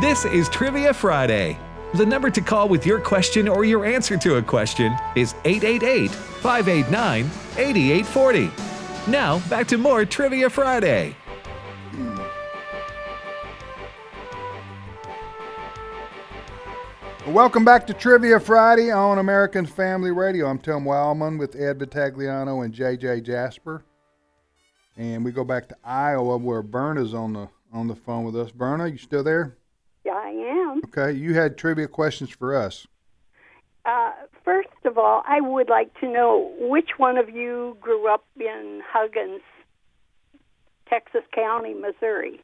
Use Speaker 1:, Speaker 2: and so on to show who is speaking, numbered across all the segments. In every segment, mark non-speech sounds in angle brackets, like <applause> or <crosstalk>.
Speaker 1: This is Trivia Friday. The number to call with your question or your answer to a question is 888 589 8840. Now, back to more Trivia Friday.
Speaker 2: Welcome back to Trivia Friday on American Family Radio. I'm Tim Wildman with Ed Vitagliano and JJ Jasper. And we go back to Iowa where Berna's on the on the phone with us. Berna, you still there?
Speaker 3: Yeah, I am.
Speaker 2: Okay, you had trivia questions for us.
Speaker 3: Uh, first of all, I would like to know which one of you grew up in Huggins, Texas County, Missouri.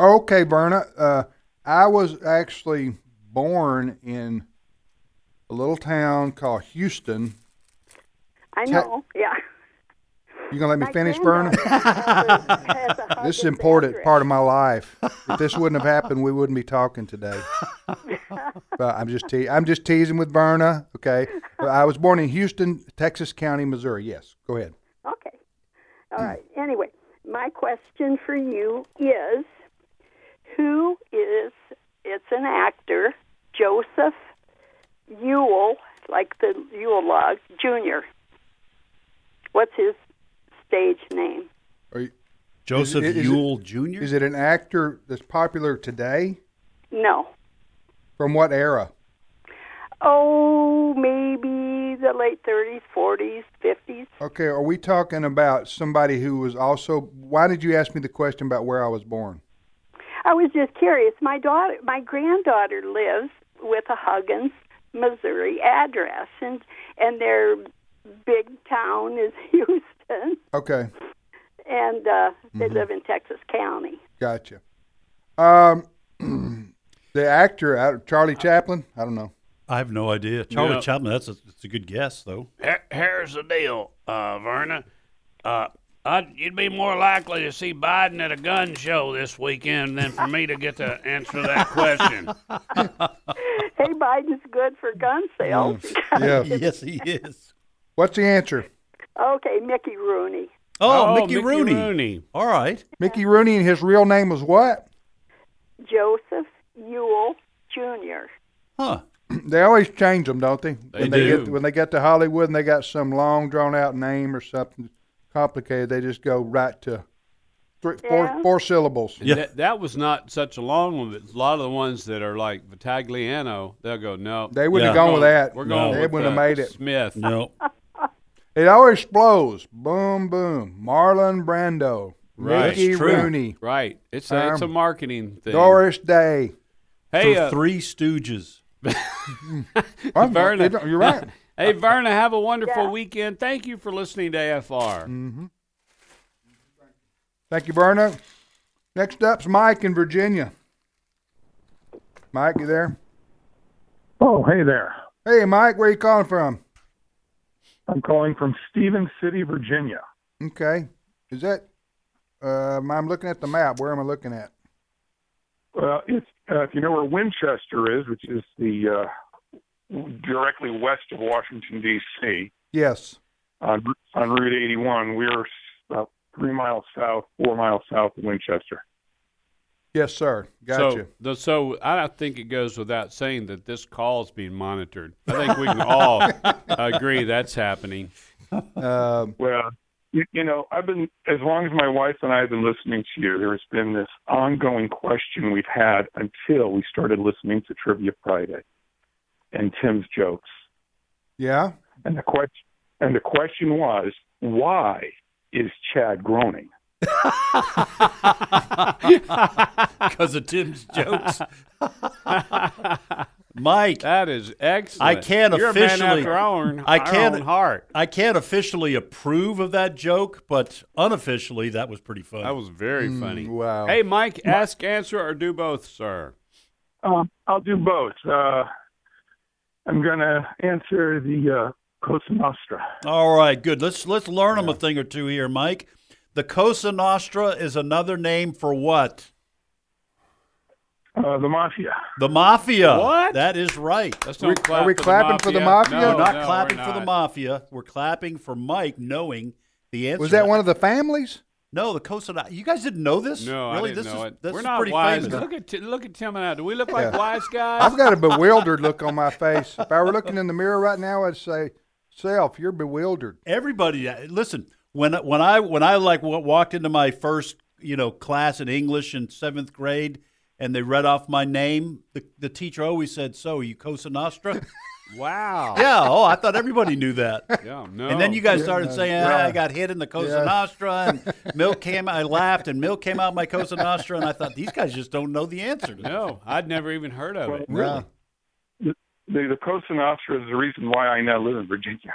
Speaker 2: Okay, Berna, uh, I was actually born in a little town called Houston.
Speaker 3: I
Speaker 2: Te-
Speaker 3: know. yeah.
Speaker 2: You gonna let me
Speaker 3: My
Speaker 2: finish, Berna?
Speaker 3: granddaughter has a- has a
Speaker 2: This is
Speaker 3: Huggins
Speaker 2: important
Speaker 3: address.
Speaker 2: part of my life. If this wouldn't have happened, we wouldn't be talking today. but I'm just te- I'm just teasing with Berna. Okay, But I was born in Houston, Texas County, Missouri. Yes, go ahead.
Speaker 3: Okay. All right. Anyway, my question for you is who is it's an actor, Joseph Ewell, like the Ewell log, Jr. What's his stage name?
Speaker 2: Are you,
Speaker 4: Joseph
Speaker 2: Is it- is it-
Speaker 4: Yule Jr.
Speaker 2: is it an actor that's popular today?
Speaker 3: No.
Speaker 2: From what era?
Speaker 3: Oh, maybe the late 30s, 40s, 50s.
Speaker 2: Okay, are we talking about somebody who was also? Why did you ask me the question about where I was born?
Speaker 3: I was just curious. My daughter, my granddaughter lives with a Huggins, Missouri address, and and their big town is <laughs> Houston,
Speaker 2: Okay,
Speaker 3: and uh, they live in Texas County.
Speaker 2: gotcha. Um, <clears throat> the actor uh, Charlie Chaplin. I don't know.
Speaker 4: I have no idea. Charlie
Speaker 5: Yeah.
Speaker 4: Chaplin. That's a, that's a good guess though. <laughs>
Speaker 5: Here, here's the deal, uh, Verna. Uh, I'd, you'd be more likely to see Biden at a gun show this weekend than for me to get to answer
Speaker 2: <laughs>
Speaker 5: that question.
Speaker 2: Oh,
Speaker 3: Hey, Biden's good for gun sales.
Speaker 2: Yeah.
Speaker 4: Yes, he is.
Speaker 2: What's the answer?
Speaker 3: <laughs> okay, Mickey Rooney.
Speaker 4: Oh, Mickey, Rooney. All right.
Speaker 2: Mickey Rooney and his real name was what? <clears throat>
Speaker 3: Joseph Ewell Jr.
Speaker 4: Huh.
Speaker 2: They always change them, don't they? when they
Speaker 5: do.
Speaker 2: get when they get to Hollywood and they got some long drawn out name or something complicated, they just go right to three, four
Speaker 3: Yeah.
Speaker 2: four syllables.
Speaker 4: Yeah.
Speaker 6: That, that was not such a long one, but a lot of the ones that are like Vitagliano, they'll go, no.
Speaker 2: They wouldn't have
Speaker 4: Yeah.
Speaker 2: gone with that.
Speaker 6: We're going
Speaker 4: No.
Speaker 2: they
Speaker 6: with
Speaker 2: wouldn't
Speaker 6: uh,
Speaker 2: have made it.
Speaker 6: Smith.
Speaker 4: No.
Speaker 2: It always blows. Boom, boom. Marlon Brando.
Speaker 6: Right.
Speaker 2: Mickey
Speaker 4: It's true.
Speaker 2: Rooney.
Speaker 6: Right. It's a, it's a
Speaker 2: Um,
Speaker 6: marketing thing.
Speaker 2: Doris Day.
Speaker 6: hey,
Speaker 4: For
Speaker 6: uh,
Speaker 4: Three Stooges.
Speaker 2: Well,
Speaker 6: Verna.
Speaker 2: you don't- You're right.
Speaker 6: hey, Verna, have a wonderful
Speaker 3: Yeah.
Speaker 6: weekend. Thank you for listening to AFR.
Speaker 2: Thank you, Berna. Next up's Mike in Virginia. Mike, you there?
Speaker 7: Oh, hey there.
Speaker 2: Hey, Mike, where you calling from?
Speaker 7: I'm calling from Stevens City, Virginia.
Speaker 2: Okay. Is that, uh, I'm looking at the map. Where am I looking at?
Speaker 7: Well, it's, uh, if you know where Winchester is, which is the uh, directly west of Washington D.C.
Speaker 2: Yes.
Speaker 7: on on Route 81, we're about three miles south, four miles south of Winchester.
Speaker 2: Yes, sir. Gotcha.
Speaker 6: So, the, so I don't think it goes without saying that this call's being monitored. I think we
Speaker 2: <laughs>
Speaker 6: can all agree that's happening.
Speaker 2: Um,
Speaker 7: Well, you, you know, I've been as long as my wife and I have been listening to you. There has been this ongoing question we've had until we started listening to Trivia Friday and Tim's jokes.
Speaker 2: yeah.
Speaker 7: And the question and the question was, why is Chad groaning?
Speaker 4: Because of Tim's jokes. <laughs> Mike,
Speaker 6: That is excellent.
Speaker 4: I can't
Speaker 6: You're A man
Speaker 4: officially-
Speaker 6: after our
Speaker 2: <laughs>
Speaker 6: own,
Speaker 4: I
Speaker 6: our
Speaker 4: can't-
Speaker 6: own heart.
Speaker 4: I can't officially approve of that joke, but unofficially, that was pretty funny.
Speaker 6: That was very funny.
Speaker 2: Mm, Wow.
Speaker 6: Hey, Mike, ask, answer, or do both, sir.
Speaker 7: Um, I'll do both. Uh, I'm going to answer the uh, Cosa Nostra.
Speaker 4: All right, good. Let's let's learn them a thing or two here, Mike. The Cosa Nostra is another name for what?
Speaker 7: Uh, the mafia.
Speaker 4: The mafia.
Speaker 6: What?
Speaker 4: That is right.
Speaker 6: Let's
Speaker 2: We-
Speaker 6: not clap
Speaker 2: are we clapping for the mafia?
Speaker 6: No,
Speaker 4: we're not
Speaker 6: no, we're
Speaker 4: clapping for the
Speaker 6: not.
Speaker 4: mafia. We're clapping for Mike knowing the answer.
Speaker 2: Was that one of the families?
Speaker 4: No, the Cosa Nostra. You guys didn't know this?
Speaker 6: No,
Speaker 4: really,
Speaker 6: I didn't
Speaker 4: this
Speaker 6: know
Speaker 4: is
Speaker 6: it.
Speaker 4: this
Speaker 6: We're
Speaker 4: is
Speaker 6: not
Speaker 4: pretty
Speaker 6: wise.
Speaker 4: famous.
Speaker 6: Look at t- look at Tim and I. Do we look like
Speaker 2: Yeah.
Speaker 6: wise guys?
Speaker 2: I've got a bewildered look on my face. If I were looking in the mirror right now, I'd say, "Self, you're bewildered."
Speaker 4: Everybody, uh, listen. When when I when I like wa- walked into my first you know class in English in seventh grade, and they read off my name, the, the teacher always said, "So are you Cosa Nostra?" <laughs>
Speaker 6: wow.
Speaker 4: yeah. Oh, I thought everybody knew that.
Speaker 6: Yeah, no.
Speaker 4: And then you guys started saying, ah, I got hit in the Cosa
Speaker 2: Oh, Yeah.
Speaker 4: Nostra,
Speaker 2: <laughs>
Speaker 4: and milk came. I laughed, and milk came out my Cosa Nostra, and I thought these guys just don't know the answer. to that."
Speaker 6: No, I'd never even heard of it.
Speaker 2: Really?
Speaker 7: The, the Cosa Nostra is the reason why I now live in Virginia.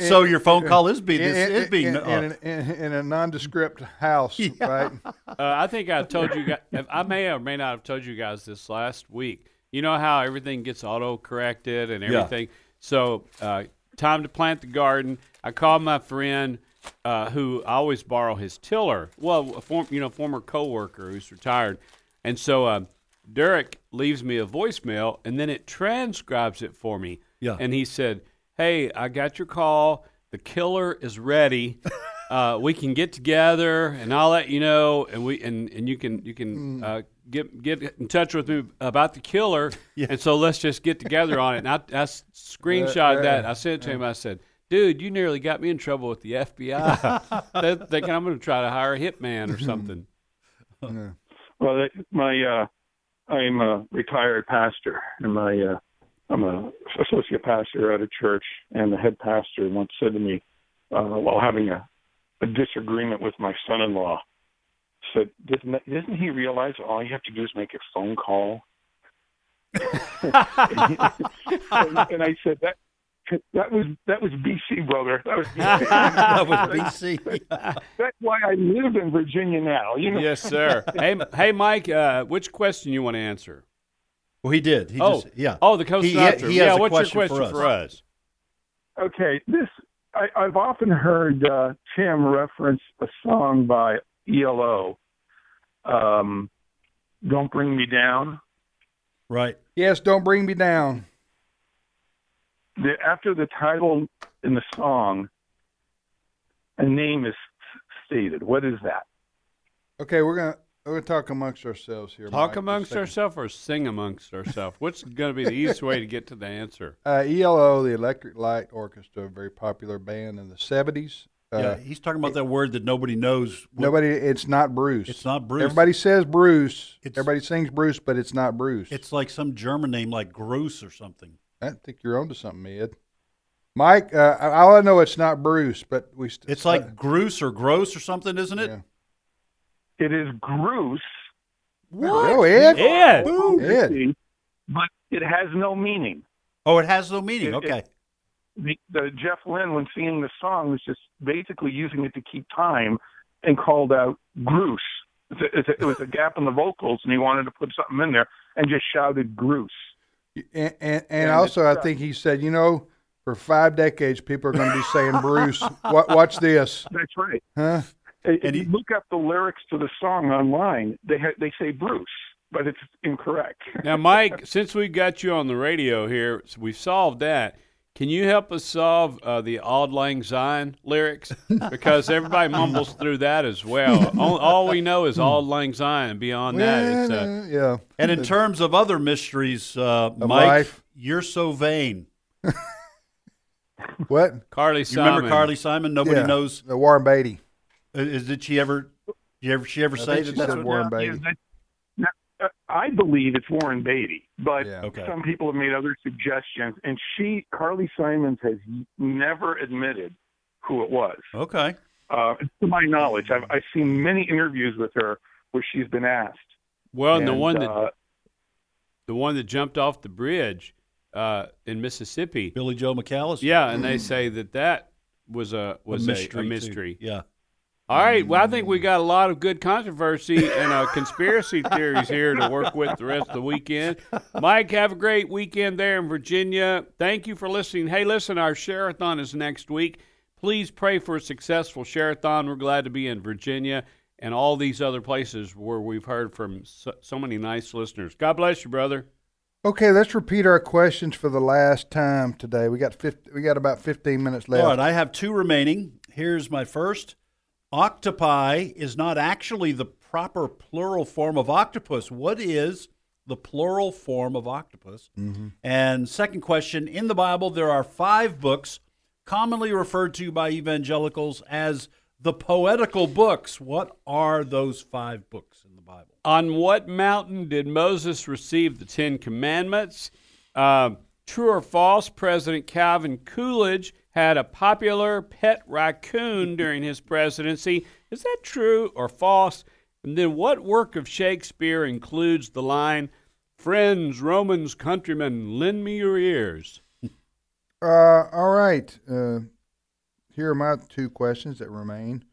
Speaker 4: So your phone call is being
Speaker 2: in,
Speaker 4: this
Speaker 2: in,
Speaker 4: is being
Speaker 2: in,
Speaker 4: uh,
Speaker 2: in, in, in a nondescript house, right?
Speaker 6: Uh, I think I told you guys, I may or may not have told you guys this last week. You know how everything gets auto corrected and everything? So, uh, time to plant the garden. I called my friend uh, who I always borrow his tiller. Well, a form, you know, former coworker who's retired. And so, uh, Derek leaves me a voicemail and then it transcribes it for me.
Speaker 4: Yeah.
Speaker 6: And he said, Hey, I got your call. The killer is ready.
Speaker 4: <laughs>
Speaker 6: uh, we can get together and I'll let you know and we and, and you can you
Speaker 4: Mm.
Speaker 6: can uh, get get in touch with me about the killer and so let's just get together on it. And I, I s- screenshot that. I sent it to him. I said, "Dude, you nearly got me in trouble with
Speaker 4: <laughs>
Speaker 6: the FBI. They're thinking I'm going to try to hire a hitman or something."
Speaker 7: Well, that, my uh, I'm a retired pastor, and my uh, I'm a associate pastor at a church, and the head pastor once said to me uh, while having a, a disagreement with my son-in-law, said, "Doesn't that- doesn't he realize all you have to do is make a phone call?" and, and I said that that was that was BC, brother. That was
Speaker 6: <laughs>
Speaker 7: BC.
Speaker 2: <laughs>
Speaker 4: <laughs> that was BC.
Speaker 7: that's why I live in Virginia now. You know.
Speaker 6: yes, sir. hey, M- hey, Mike, uh, which question you want to answer?
Speaker 4: Well, he did. He
Speaker 6: oh,
Speaker 4: just, yeah.
Speaker 6: Oh, the Coast
Speaker 4: He- he-
Speaker 6: Nostra.
Speaker 4: he has
Speaker 6: yeah,
Speaker 4: a
Speaker 6: what's
Speaker 4: question
Speaker 6: your
Speaker 4: for
Speaker 6: question
Speaker 4: us.
Speaker 6: for us?
Speaker 7: Okay, this I, I've often heard uh, Tim reference a song by ELO, um, "Don't Bring Me Down."
Speaker 4: Right.
Speaker 2: yes, don't bring me down.
Speaker 7: The, after the title in the song, a name is stated. What is that?
Speaker 2: Okay, we're gonna we're gonna talk amongst ourselves here.
Speaker 6: Talk
Speaker 2: Mike,
Speaker 6: amongst
Speaker 2: ourselves.
Speaker 6: ourselves or sing amongst ourselves? What's going to be the easiest way to get to the answer?
Speaker 2: Uh, ELO, the Electric Light Orchestra, a very popular band in the '70s. Uh,
Speaker 4: yeah. He's talking about that word that nobody knows. what-
Speaker 2: Nobody, it's not Bruce.
Speaker 4: It's not Bruce.
Speaker 2: Everybody says Bruce.
Speaker 4: It's-
Speaker 2: Everybody sings Bruce, but it's not Bruce.
Speaker 4: It's like some German name, like Gross or something.
Speaker 2: I think you're onto something, Ed. Mike, uh, I- all I know it's not Bruce, but we. St- uh,
Speaker 4: It's like Groose or Gross or something, isn't it?
Speaker 2: Yeah.
Speaker 7: It is Groose,
Speaker 2: no, Ed.
Speaker 6: Ed.
Speaker 2: Ed.
Speaker 7: but it has no meaning.
Speaker 4: Oh, it has no meaning.
Speaker 7: It-
Speaker 4: okay.
Speaker 7: The, the Jeff Lynne, when singing the song, was just basically using it to keep time, and called out Groose. It's a- it's a- It was a gap in the vocals, and he wanted to put something in there, and just shouted Groose.
Speaker 2: And, and, and also, I think he said, you know, for five decades, people are going to be saying
Speaker 4: <laughs>
Speaker 2: Bruce. Wa watch this,
Speaker 7: That's right.
Speaker 2: huh?
Speaker 7: If
Speaker 4: And
Speaker 7: you
Speaker 4: he-
Speaker 7: look up the lyrics to the song online, they ha- they say Bruce, but it's incorrect.
Speaker 6: Now, Mike, since we got you on the radio here, so we've solved that. Can you help us solve uh, the Auld Lang Syne
Speaker 4: <laughs>
Speaker 6: lyrics? Because everybody mumbles through that as well. All, all we know is Auld Lang Syne, and beyond that, it's, uh,
Speaker 2: Well, yeah. <laughs>
Speaker 4: And in terms of other mysteries, uh, Mike,
Speaker 2: life.
Speaker 4: you're so vain.
Speaker 2: What?
Speaker 6: Carly
Speaker 4: You
Speaker 6: Simon.
Speaker 4: remember Carly Simon? Nobody
Speaker 2: Yeah,
Speaker 4: knows.
Speaker 2: The Warren Beatty.
Speaker 4: uh, Is did she ever? Did ever, she ever
Speaker 2: I
Speaker 4: say
Speaker 2: think
Speaker 4: that?
Speaker 2: she
Speaker 4: That's
Speaker 2: said
Speaker 4: what,
Speaker 2: Warren
Speaker 7: Yeah,
Speaker 2: Beatty.
Speaker 7: that- now, uh, I believe it's Warren Beatty, but
Speaker 2: Yeah.
Speaker 4: okay.
Speaker 7: some people have made other suggestions, and she, Carly Simons, has never admitted who it was.
Speaker 4: Okay.
Speaker 7: Uh, to my knowledge, I've, I've seen many interviews with her where she's been asked.
Speaker 6: Well, and, Oh, the
Speaker 7: and,
Speaker 6: one that
Speaker 7: uh,
Speaker 6: the one that jumped off the bridge uh, in Mississippi.
Speaker 4: Billy Joe McAllister.
Speaker 6: Yeah, and they say that that was a was a-
Speaker 4: mystery.
Speaker 6: a
Speaker 4: too.
Speaker 6: mystery.
Speaker 4: Yeah.
Speaker 6: All right. Well, I think we got a lot of good controversy and uh, conspiracy theories here to work with the rest of the weekend. Mike, have a great weekend there in Virginia. Thank you for listening. Hey, listen, our Sherathon is next week. Please pray for a successful Sherathon. We're glad to be in Virginia and all these other places where we've heard from so, so many nice listeners. God bless you, brother.
Speaker 2: Okay, let's repeat our questions for the last time today. We got 50, we got about 15 minutes left.
Speaker 4: All right, I have two remaining. Here's my first. Octopi is not actually the proper plural form of octopus. What is the plural form of octopus? And second question In the Bible, there are five books commonly referred to by evangelicals as the poetical books. What are those five books in the Bible?
Speaker 6: On what mountain did Moses receive the Ten Commandments? Um, true or false, President Calvin Coolidge had a popular pet raccoon during his presidency. Is that true or false? And then what work of Shakespeare includes the line, Friends, Romans, countrymen, lend me your ears?
Speaker 2: Uh, all right. Uh, here are my two questions that remain.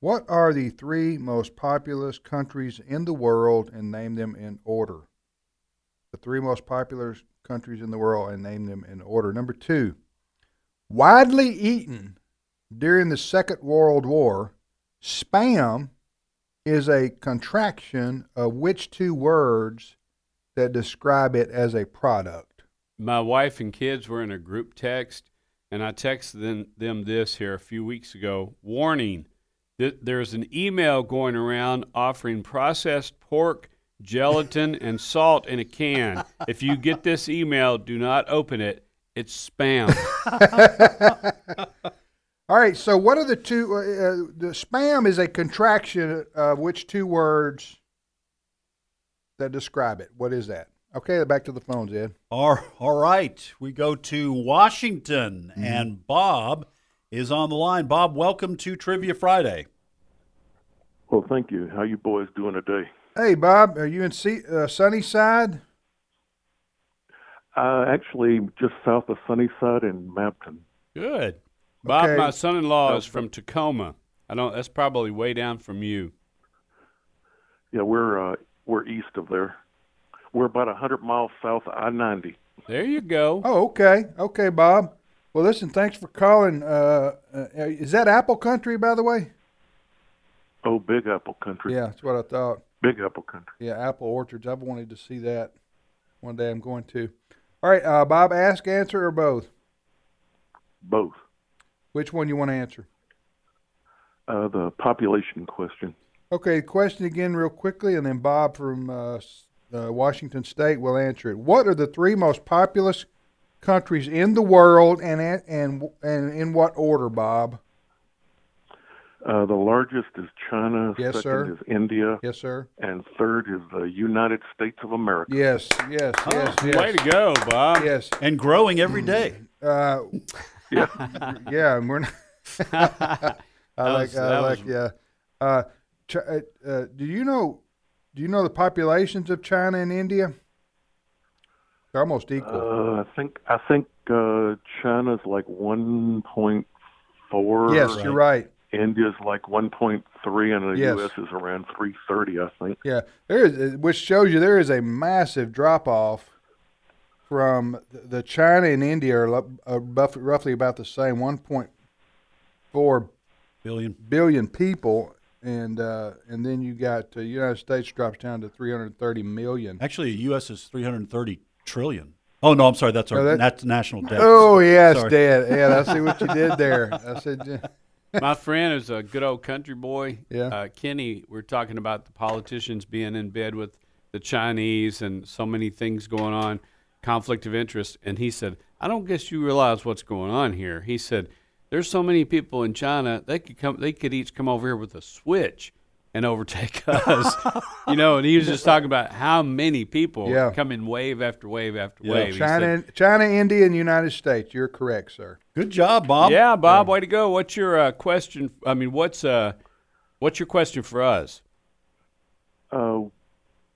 Speaker 2: What are the three most populous countries in the world and name them in order? The three most popular countries in the world and name them in order. Number two, widely eaten during the Second World War, spam is a contraction of which two words that describe it as a product?
Speaker 6: my wife and kids were in a group text, and I texted them, them this here a few weeks ago. Warning: th- There's an email going around offering processed pork, gelatin, and salt in a can. If you get this email, do not open it. It's
Speaker 4: <laughs>
Speaker 6: spam.
Speaker 2: All right. So, what are the two? Uh, uh, the spam is a contraction of which two words that describe it? What is that? Okay, back to the phones, Ed.
Speaker 4: All- all right, we go to Washington, and Bob is on the line. Bob, welcome to Trivia Friday.
Speaker 7: Well, thank you. How you boys doing today?
Speaker 2: Hey, Bob, are you in C- uh, Sunnyside?
Speaker 7: Uh, actually, just south of Sunnyside in Mapton.
Speaker 6: Good. Bob,
Speaker 2: Okay.
Speaker 6: my son-in-law is from Tacoma. I don't. That's probably way down from you.
Speaker 7: Yeah, we're uh, we're east of there. We're about a hundred miles south of I ninety.
Speaker 6: There you go.
Speaker 2: Oh, okay. Okay, Bob. Well, listen, thanks for calling. Uh, uh, is that Apple Country, by the way?
Speaker 7: Oh, Big Apple Country.
Speaker 2: Yeah, that's what I thought.
Speaker 7: Big Apple Country.
Speaker 2: Yeah, apple orchards. I've wanted to see that. One day I'm going to. All right, uh, Bob, ask, answer, or both?
Speaker 7: Both.
Speaker 2: Which one you want to answer?
Speaker 7: Uh, the population question.
Speaker 2: Okay, question again, real quickly, and then Bob from uh, s- uh, Washington State will answer it. What are the three most populous countries in the world, and a- and w- and in what order, Bob?
Speaker 7: Uh, the largest is China.
Speaker 2: Yes,
Speaker 7: second
Speaker 2: sir.
Speaker 7: is India,
Speaker 2: Yes, sir.
Speaker 7: and third is the United States of America.
Speaker 2: Yes, yes, Oh, yes,
Speaker 6: Way
Speaker 2: yes,
Speaker 6: to go, Bob.
Speaker 2: yes.
Speaker 4: And growing every day.
Speaker 6: <laughs>
Speaker 2: Uh,
Speaker 7: Yeah.
Speaker 2: yeah, and we're not. I
Speaker 6: That
Speaker 2: like,
Speaker 6: was-
Speaker 2: I
Speaker 6: that
Speaker 2: like, yeah. Uh, Ch- uh, uh, do you know? Do you know the populations of China and India? They're almost equal.
Speaker 7: Uh, I think I think uh, China's like 1.4.
Speaker 2: yes, you're right.
Speaker 7: India's like 1.3, and the
Speaker 2: Yes.
Speaker 7: U.S. is around 330, I think.
Speaker 2: Yeah, there is, which shows you there is a massive drop off from the- the China and India are, lo- are buff- roughly about the same, 1.4
Speaker 4: Billion.
Speaker 2: billion people, and uh, and then you got the United States drops down to 330 million.
Speaker 4: Actually, the U.S. is 330 trillion. Oh, no, I'm sorry. That's our
Speaker 2: No, that-
Speaker 4: nat- national debt.
Speaker 2: Oh yes,
Speaker 4: Sorry.
Speaker 2: Dad. Yeah, I see what you did there. I said.
Speaker 6: <laughs>
Speaker 2: yeah.
Speaker 6: My friend is a good old country boy.
Speaker 2: Yeah.
Speaker 6: Uh, Kenny, we're talking about the politicians being in bed with the Chinese and so many things going on, conflict of interest. And he said, I don't guess you realize what's going on here. He said, There's so many people in China, they could come they could each come over here with a switch and overtake <laughs> us. you know, and he was just talking about how many people
Speaker 2: Yeah.
Speaker 6: come in wave after wave after
Speaker 4: Yeah.
Speaker 6: wave. He said,
Speaker 2: China, China, India, and United States. You're correct, sir.
Speaker 4: Good job, Bob.
Speaker 6: yeah, Bob, way to go. What's your uh, question? I mean, what's uh, what's your question for us?
Speaker 7: Uh,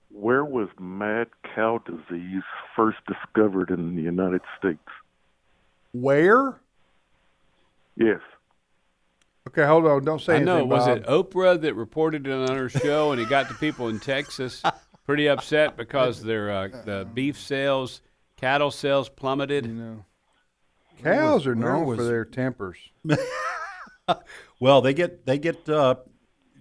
Speaker 7: where was mad cow disease first discovered in the United States?
Speaker 2: Where?
Speaker 7: Yes.
Speaker 2: Okay, hold on. Don't say
Speaker 6: I
Speaker 2: anything.
Speaker 6: know. Was
Speaker 2: Bob.
Speaker 6: it uh, Oprah that reported it on her show, and it got the people in Texas
Speaker 2: <laughs>
Speaker 6: pretty upset because their uh, the beef sales, cattle sales plummeted.
Speaker 2: Cows are
Speaker 4: where
Speaker 2: known for
Speaker 4: was-
Speaker 2: their tempers.
Speaker 4: Well, they get they get uh,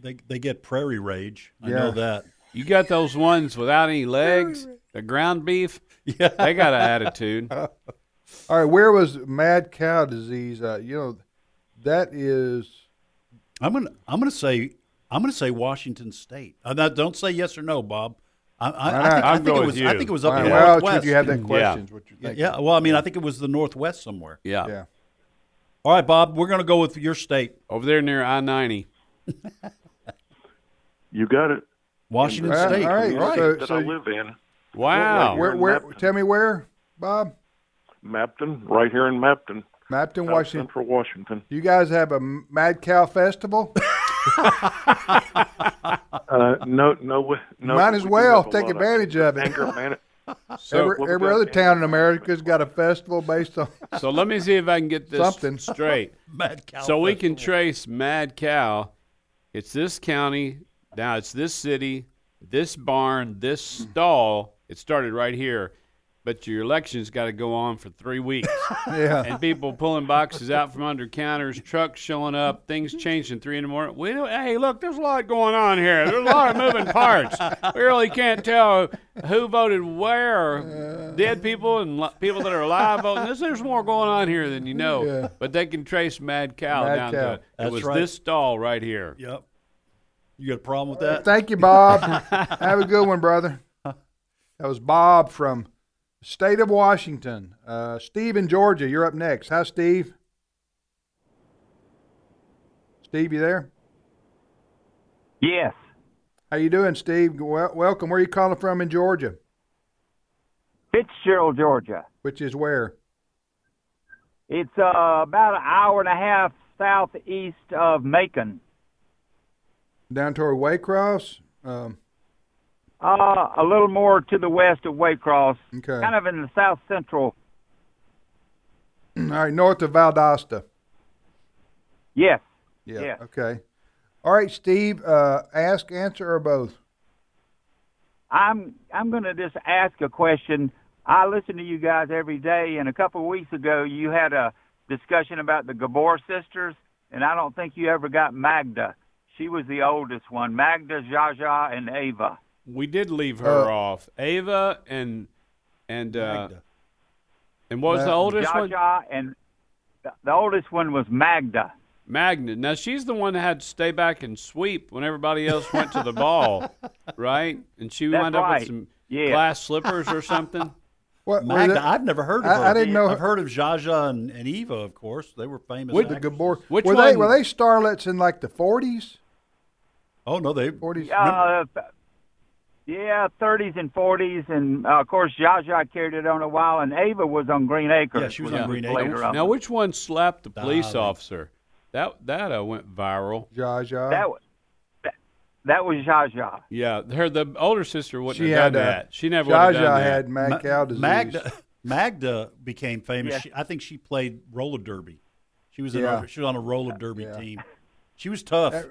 Speaker 4: they they get prairie rage. I
Speaker 2: Yeah.
Speaker 4: know that.
Speaker 6: You got those ones without any legs The
Speaker 2: <laughs>
Speaker 6: ground beef,
Speaker 4: Yeah.
Speaker 6: they got an attitude.
Speaker 2: Oh, All right, where was mad cow disease? Uh, you know, that is
Speaker 4: I'm gonna I'm gonna say I'm gonna say Washington State. Uh, that, don't say yes or no, Bob. I, I, I think,
Speaker 2: right,
Speaker 4: I
Speaker 6: I'm
Speaker 4: think
Speaker 6: going
Speaker 4: it
Speaker 6: with
Speaker 4: was
Speaker 6: you.
Speaker 4: I think it was
Speaker 2: all
Speaker 4: up in
Speaker 2: right,
Speaker 4: the
Speaker 2: where else would
Speaker 4: northwest.
Speaker 2: you have that
Speaker 6: Yeah.
Speaker 2: question? Is what you're thinking?
Speaker 4: yeah, well, I mean, I think it was the northwest somewhere.
Speaker 6: Yeah.
Speaker 2: yeah.
Speaker 4: All right, Bob, we're gonna go with your state,
Speaker 6: Over there near I 90.
Speaker 7: You got it.
Speaker 4: Washington
Speaker 2: All right,
Speaker 4: State.
Speaker 2: all right.
Speaker 4: right.
Speaker 2: So-
Speaker 7: that
Speaker 2: so
Speaker 7: I
Speaker 2: you-
Speaker 7: live in,
Speaker 6: Wow.
Speaker 2: Where,
Speaker 7: in
Speaker 2: where?
Speaker 7: Mapton.
Speaker 2: Tell me where, Bob.
Speaker 7: Mapton, right here in Mapton,
Speaker 2: Mapton,
Speaker 7: South
Speaker 2: Washington.
Speaker 7: Central Washington.
Speaker 2: Do you guys have a mad cow festival?
Speaker 7: Uh, no, no, we- no.
Speaker 2: Might as
Speaker 7: we do
Speaker 2: well
Speaker 7: have a
Speaker 2: take
Speaker 7: lot of
Speaker 2: advantage of it.
Speaker 7: Anger man-
Speaker 2: every
Speaker 7: what we
Speaker 2: every
Speaker 7: got
Speaker 2: other
Speaker 7: in-
Speaker 2: town in America's got a festival based on. <laughs>
Speaker 6: So let me see if I can get this
Speaker 2: Something.
Speaker 6: straight.
Speaker 4: Mad Cow
Speaker 6: so we can
Speaker 4: Festival.
Speaker 6: trace Mad Cow. It's this county. Now it's this city, this barn, this stall. It started right here, but your election's got to go on for three weeks,
Speaker 2: Yeah,
Speaker 6: and people pulling boxes out from under counters, trucks showing up, things changing three in the morning. We don't. Hey, look, there's a lot going on here. There's a lot of moving parts. We really can't tell who voted where. Dead people and li- people that are alive voting. There's, there's more going on here than you know.
Speaker 2: Yeah.
Speaker 6: But they can trace Mad Cow
Speaker 2: Mad
Speaker 6: down
Speaker 2: Cow.
Speaker 6: to it.
Speaker 4: That's
Speaker 6: it was
Speaker 4: right.
Speaker 6: this stall right here.
Speaker 4: Yep. You got a problem with that?
Speaker 2: thank you, Bob. have a good one, brother. That was Bob from the state of Washington. Uh, Steve in Georgia, you're up next. Hi, Steve. Steve, you there?
Speaker 8: Yes,
Speaker 2: How you doing, Steve? Wel- welcome. Where are you calling from in Georgia?
Speaker 8: Fitzgerald, Georgia.
Speaker 2: Which is where?
Speaker 8: It's uh, about an hour and a half southeast of Macon.
Speaker 2: Down toward Waycross. Um, <clears throat>
Speaker 8: Uh, a little more to the west of Waycross,
Speaker 2: Okay.
Speaker 8: kind of in the south central.
Speaker 2: all right, north of Valdosta.
Speaker 8: Yes.
Speaker 2: Yeah.
Speaker 8: Yes.
Speaker 2: Okay. All right, Steve. Uh, ask, answer, or both.
Speaker 8: I'm I'm going to just ask a question. I listen to you guys every day, and a couple of weeks ago you had a discussion about the Gabor sisters, and I don't think you ever got Magda. She was the oldest one. Magda, Jaja, and Ava.
Speaker 6: We did leave her
Speaker 2: Uh,
Speaker 6: off. Ava and and uh, and what was the oldest one?
Speaker 8: Jaja and the- the oldest one was Magda.
Speaker 6: Magna. Now she's the one that had to stay back and sweep when everybody else went to the
Speaker 8: <laughs>
Speaker 6: ball, right? And she
Speaker 8: That's
Speaker 6: wound up with
Speaker 8: right.
Speaker 6: some
Speaker 8: Yeah.
Speaker 6: glass slippers
Speaker 8: <laughs>
Speaker 6: or something.
Speaker 2: What was
Speaker 4: Magda,
Speaker 2: that?
Speaker 4: I've never heard of
Speaker 2: I-
Speaker 4: her.
Speaker 2: I didn't know
Speaker 4: I've
Speaker 2: her-
Speaker 4: heard of Jaja and, and Eva, of course. They were famous.
Speaker 2: the
Speaker 4: actors.
Speaker 2: Gabor.
Speaker 6: Which
Speaker 2: were they
Speaker 6: one-
Speaker 2: were they starlets in like the forties?
Speaker 4: Oh no, they.
Speaker 2: Forties.
Speaker 8: Uh, th- yeah, 30s and 40s, and uh, of course, Jaja carried it on a while, and Ava was on Green Acres.
Speaker 4: Yeah, she was
Speaker 8: which
Speaker 4: on Green
Speaker 8: later
Speaker 4: Acres.
Speaker 8: on.
Speaker 6: Now which one slapped the police
Speaker 4: Darling.
Speaker 6: officer? That that uh, went viral.
Speaker 2: Ja ja.
Speaker 8: that, wa- that, that was Jaja.
Speaker 6: Yeah, her the older sister wouldn't
Speaker 2: She
Speaker 6: have
Speaker 2: had
Speaker 6: done
Speaker 2: uh,
Speaker 6: that. She never would
Speaker 2: Ja
Speaker 6: have
Speaker 2: ja
Speaker 6: done that.
Speaker 2: had mad
Speaker 4: Ma-
Speaker 2: cow disease.
Speaker 4: Magda, <laughs> Magda became famous.
Speaker 8: Yeah.
Speaker 4: She, I think she played roller derby. She was in
Speaker 2: Yeah.
Speaker 4: a- she was on a roller derby
Speaker 2: Yeah.
Speaker 4: team. She was tough.
Speaker 2: That-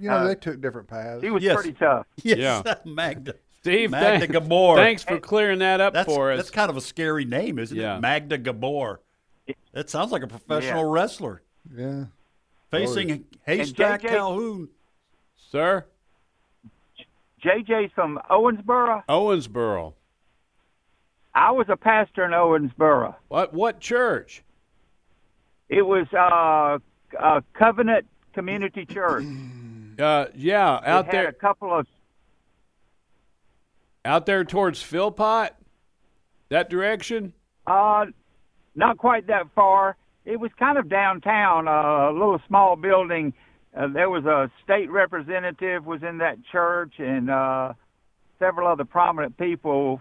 Speaker 2: You know they took different paths.
Speaker 8: She Uh, was
Speaker 4: Yes.
Speaker 8: pretty tough.
Speaker 4: <laughs> yes,
Speaker 6: Yeah.
Speaker 4: <laughs> Magda.
Speaker 6: Steve,
Speaker 4: Magda
Speaker 6: thank-
Speaker 4: Gabor.
Speaker 6: Thanks for clearing that up
Speaker 4: That's
Speaker 6: for us.
Speaker 4: that's kind of a scary name, isn't
Speaker 6: Yeah.
Speaker 4: it? Magda Gabor. That sounds like a professional
Speaker 8: Yeah.
Speaker 4: wrestler
Speaker 2: Yeah.
Speaker 4: facing Haystack
Speaker 8: JJ
Speaker 4: Calhoun.
Speaker 6: Sir,
Speaker 8: JJ's from Owensboro.
Speaker 6: Owensboro.
Speaker 8: I was a pastor in Owensboro.
Speaker 6: What what church?
Speaker 8: It was uh, uh, Covenant Community Church.
Speaker 6: Uh, yeah,
Speaker 8: it
Speaker 6: out
Speaker 8: had a
Speaker 6: there,
Speaker 8: couple of
Speaker 6: out there towards Philpot, that direction.
Speaker 8: Uh, not quite that far. It was kind of downtown, uh, a little small building. Uh, there was a state representative was in that church, and uh, several other prominent people.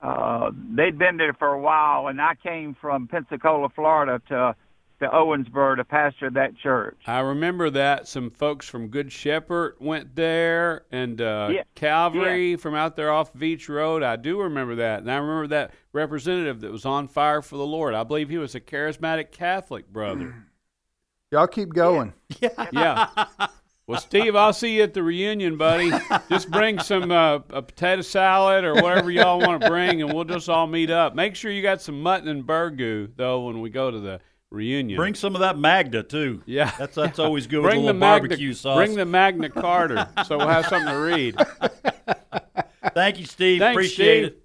Speaker 8: Uh, they'd been there for a while, and I came from Pensacola, Florida, to to Owensboro to pastor that church.
Speaker 6: I remember that some folks from Good Shepherd went there, and uh,
Speaker 8: Yeah,
Speaker 6: Calvary from out there off Beach Road. I do remember that, and I remember that representative that was on fire for the Lord. I believe he was a charismatic Catholic brother.
Speaker 2: Y'all keep going.
Speaker 8: Mm.
Speaker 6: yeah.
Speaker 8: <laughs>
Speaker 6: Well, Steve, I'll see you at the reunion, buddy. Just bring some uh, a potato salad or whatever y'all want to bring, and we'll just all meet up. Make sure you got some mutton and burgoo though when we go to the reunion.
Speaker 4: Bring some of that Magda too.
Speaker 6: Yeah.
Speaker 4: that's that's always good. with a
Speaker 6: <laughs> Bring the
Speaker 4: little
Speaker 6: Magna,
Speaker 4: barbecue sauce.
Speaker 6: Bring the
Speaker 4: <laughs>
Speaker 6: Magna Carta, so we'll have something to read.
Speaker 4: Thank you, Steve.
Speaker 6: Thanks,
Speaker 4: Appreciate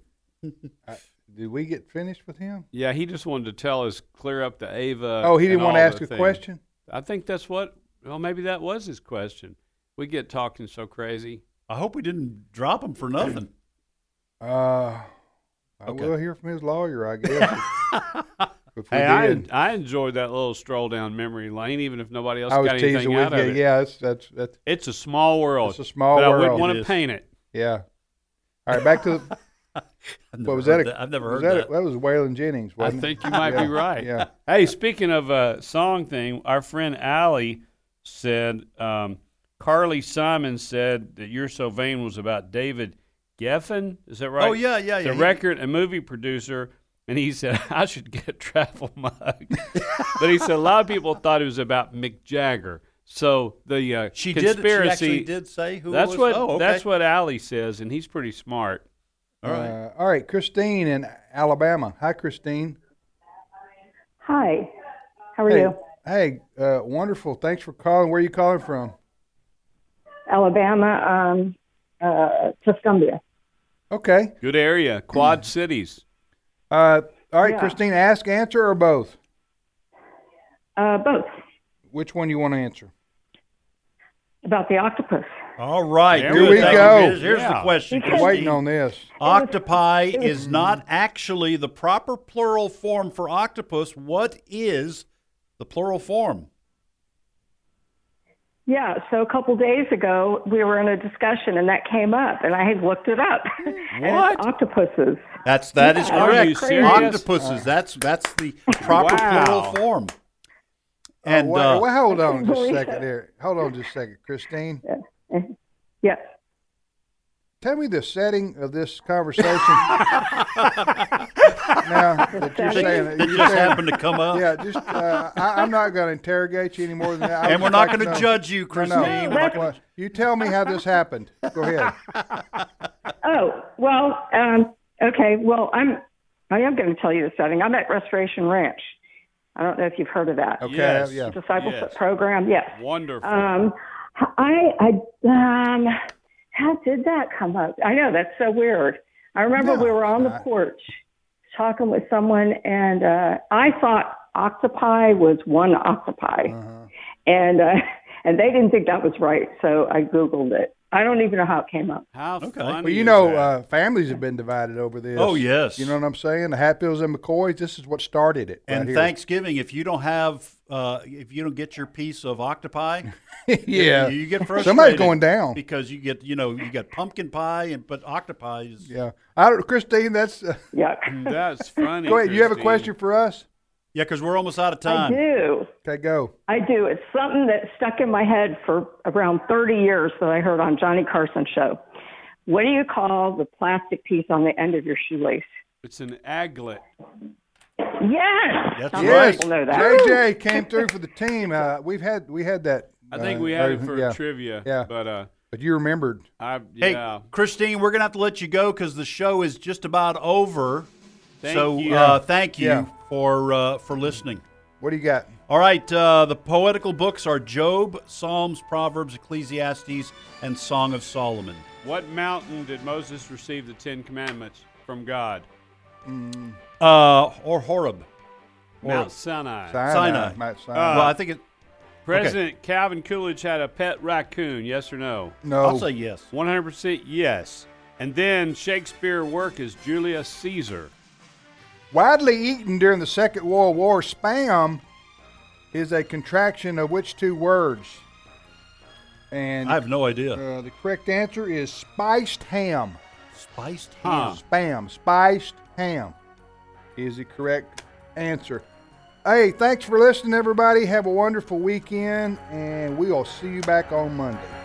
Speaker 6: Steve.
Speaker 4: it.
Speaker 2: Did we get finished with him?
Speaker 6: Yeah, he just wanted to tell us clear up the Ava.
Speaker 2: Oh, he
Speaker 6: and
Speaker 2: didn't want to
Speaker 6: all
Speaker 2: ask
Speaker 6: the
Speaker 2: a
Speaker 6: things.
Speaker 2: question?
Speaker 6: I think that's what. Well, maybe that was his question. We get talking so crazy.
Speaker 4: I hope we didn't drop him for nothing. <laughs>
Speaker 2: Uh, I
Speaker 4: Okay.
Speaker 2: will hear from his lawyer, I
Speaker 6: <laughs>
Speaker 2: guess. if, if we
Speaker 6: Hey, I,
Speaker 2: did.
Speaker 6: I enjoyed that little stroll down memory lane, even if nobody else
Speaker 2: I was
Speaker 6: got
Speaker 2: teasing
Speaker 6: anything
Speaker 2: with
Speaker 6: out
Speaker 2: you.
Speaker 6: of it.
Speaker 2: Yeah, that's that's that's
Speaker 6: It's a small world.
Speaker 2: It's a small
Speaker 6: but I
Speaker 2: world.
Speaker 6: wouldn't
Speaker 4: It
Speaker 6: want to
Speaker 4: is.
Speaker 6: paint it.
Speaker 2: yeah. All right, back
Speaker 6: <laughs>
Speaker 2: to the,
Speaker 4: I've never
Speaker 2: what was
Speaker 4: heard
Speaker 2: that?
Speaker 4: I've never
Speaker 2: was
Speaker 4: heard that.
Speaker 2: a- that was Waylon Jennings.
Speaker 6: I
Speaker 2: Wasn't it?
Speaker 6: think you might
Speaker 2: Yeah,
Speaker 6: be right.
Speaker 2: Yeah.
Speaker 6: Hey, speaking of a song thing, our friend Allie said um, Carly Simon said that "You're So Vain" was about David Geffen. Is that right?
Speaker 4: Oh yeah, yeah, yeah.
Speaker 6: the
Speaker 4: He-
Speaker 6: record and movie producer, and he said, <laughs> I should get a travel mug. but he said a lot of people thought it was about Mick Jagger. So the uh,
Speaker 4: She did. She
Speaker 6: conspiracy.
Speaker 4: actually did say who. it
Speaker 6: that's
Speaker 4: was.
Speaker 6: what
Speaker 4: Oh, okay.
Speaker 6: that's what Allie says, and he's pretty smart.
Speaker 4: All right.
Speaker 2: Uh, all right, Christine in Alabama. Hi, Christine.
Speaker 9: Hi. How are
Speaker 2: hey,
Speaker 9: you?
Speaker 2: Hey, uh, wonderful. Thanks for calling. Where are you calling from?
Speaker 9: Alabama, um, uh, Tuscumbia.
Speaker 2: Okay.
Speaker 6: Good area, Quad Cities.
Speaker 2: Uh, all right,
Speaker 9: Yeah.
Speaker 2: Christine. Ask, answer, or both.
Speaker 9: Uh, both.
Speaker 2: Which one you want to answer?
Speaker 9: About the octopus.
Speaker 4: All right.
Speaker 6: There
Speaker 4: good.
Speaker 2: we
Speaker 4: Thank you.
Speaker 2: go.
Speaker 4: Here's, here's the
Speaker 6: Yeah.
Speaker 4: question.
Speaker 2: We're waiting
Speaker 6: <laughs>
Speaker 4: Christine.
Speaker 2: on this.
Speaker 4: Octopi is not actually the proper plural form for octopus. What is the plural form?
Speaker 9: Yeah, so a couple days ago, we were in a discussion and that came up, and I had looked it up. <laughs> and
Speaker 4: What?
Speaker 9: it's octopuses.
Speaker 4: That's that is
Speaker 9: Yeah.
Speaker 6: Are you
Speaker 4: correct.
Speaker 6: serious?
Speaker 4: Octopuses. That's that's the proper
Speaker 6: Wow.
Speaker 4: plural form. And
Speaker 2: oh, wait,
Speaker 4: uh,
Speaker 2: wait, hold on just
Speaker 9: <laughs>
Speaker 2: a
Speaker 9: believe
Speaker 2: second
Speaker 9: it.
Speaker 2: there. Hold on just a second, Christine.
Speaker 9: Yeah.
Speaker 2: Tell me the setting of this
Speaker 9: <laughs>
Speaker 2: conversation. now that you're
Speaker 9: setting?
Speaker 2: saying
Speaker 4: it
Speaker 2: you're
Speaker 4: just
Speaker 2: saying-
Speaker 4: happened to come up.
Speaker 2: <laughs> Yeah, just uh, I, I'm not going to interrogate you any more than that. I
Speaker 4: And
Speaker 2: would
Speaker 4: we're not
Speaker 2: just like
Speaker 4: going to
Speaker 2: know-
Speaker 4: judge you,
Speaker 2: No,
Speaker 4: Christine.
Speaker 2: no.
Speaker 4: We're not
Speaker 2: What-
Speaker 4: gonna-
Speaker 2: what- you tell me how this happened. Go
Speaker 4: <laughs>
Speaker 2: ahead.
Speaker 9: Oh, well, um, okay. Well, I'm, I am going to tell you the setting. I'm at Restoration Ranch. I don't know if you've heard of that.
Speaker 2: Okay.
Speaker 6: Yes.
Speaker 2: Yeah.
Speaker 9: Discipleship
Speaker 6: Yes.
Speaker 9: program. Yes.
Speaker 6: Wonderful.
Speaker 9: Um, I, I, um, how did that come up? I know that's so weird. I remember
Speaker 2: No,
Speaker 9: we were on
Speaker 2: it's
Speaker 9: the
Speaker 2: not.
Speaker 9: porch talking with someone, and uh, I thought octopi was one octopi,
Speaker 2: Uh-huh.
Speaker 9: and uh, <laughs> and they didn't think that was right, so I googled it. I don't even know how it came up.
Speaker 6: How funny
Speaker 2: Well, you
Speaker 6: is
Speaker 2: know,
Speaker 6: that?
Speaker 2: uh, families have been divided over this.
Speaker 4: Oh, yes.
Speaker 2: You know what I'm saying? The Hatfields and McCoys. This is what started it. right
Speaker 4: and
Speaker 2: here.
Speaker 4: Thanksgiving, if you don't have, uh, if you don't get your piece
Speaker 2: <laughs>
Speaker 4: of octopi,
Speaker 2: yeah.
Speaker 4: you get frustrated.
Speaker 2: Somebody's going down.
Speaker 4: because you get, you know, you got pumpkin pie, and but octopi is.
Speaker 2: Yeah. I don't, Christine. That's uh,
Speaker 9: Yuck.
Speaker 6: that's funny.
Speaker 2: go ahead. You have a
Speaker 6: Christine.
Speaker 2: question for us?
Speaker 4: Yeah, because we're almost out of
Speaker 9: I
Speaker 4: time.
Speaker 9: do.
Speaker 2: Okay, go.
Speaker 9: I do. It's something that stuck in my head for around 30 years that I heard on Johnny Carson show. What do you call the plastic piece on the end of your shoelace?
Speaker 6: It's an aglet.
Speaker 9: Yes.
Speaker 4: That's
Speaker 9: Some
Speaker 4: right.
Speaker 9: people know that.
Speaker 2: JJ came through for the team. Uh, we've had we had that.
Speaker 6: I think
Speaker 2: uh,
Speaker 6: we had
Speaker 2: uh,
Speaker 6: it for
Speaker 2: yeah,
Speaker 6: trivia.
Speaker 2: Yeah.
Speaker 6: But uh,
Speaker 2: But you remembered.
Speaker 6: I
Speaker 4: Hey,
Speaker 6: yeah.
Speaker 4: Christine, we're gonna have to let you go because the show is just about over.
Speaker 6: Thank
Speaker 4: so
Speaker 6: you.
Speaker 4: Uh, thank you
Speaker 2: Yeah.
Speaker 4: for uh, for listening.
Speaker 2: What do you got?
Speaker 4: All right, uh, the poetical books are Job, Psalms, Proverbs, Ecclesiastes, and Song of Solomon.
Speaker 6: What mountain did Moses receive the Ten Commandments from God?
Speaker 4: Uh, or Horeb.
Speaker 6: Mount Sinai.
Speaker 4: Sinai. Uh,
Speaker 2: Mount Sinai.
Speaker 4: well, I think it.
Speaker 6: President Calvin Coolidge had a pet raccoon, yes or no?
Speaker 2: no.
Speaker 4: I'll
Speaker 2: <laughs>
Speaker 4: say yes.
Speaker 6: 100% yes. And then Shakespeare work is Julius Caesar.
Speaker 2: Widely eaten during the Second World War, spam is a contraction of which two words? And
Speaker 4: I have no idea.
Speaker 2: uh, the correct answer is spiced ham.
Speaker 4: Spiced
Speaker 6: Huh.
Speaker 2: Spam, spiced ham is the correct answer. Hey, thanks for listening, everybody. Have a wonderful weekend, and we'll see you back on Monday.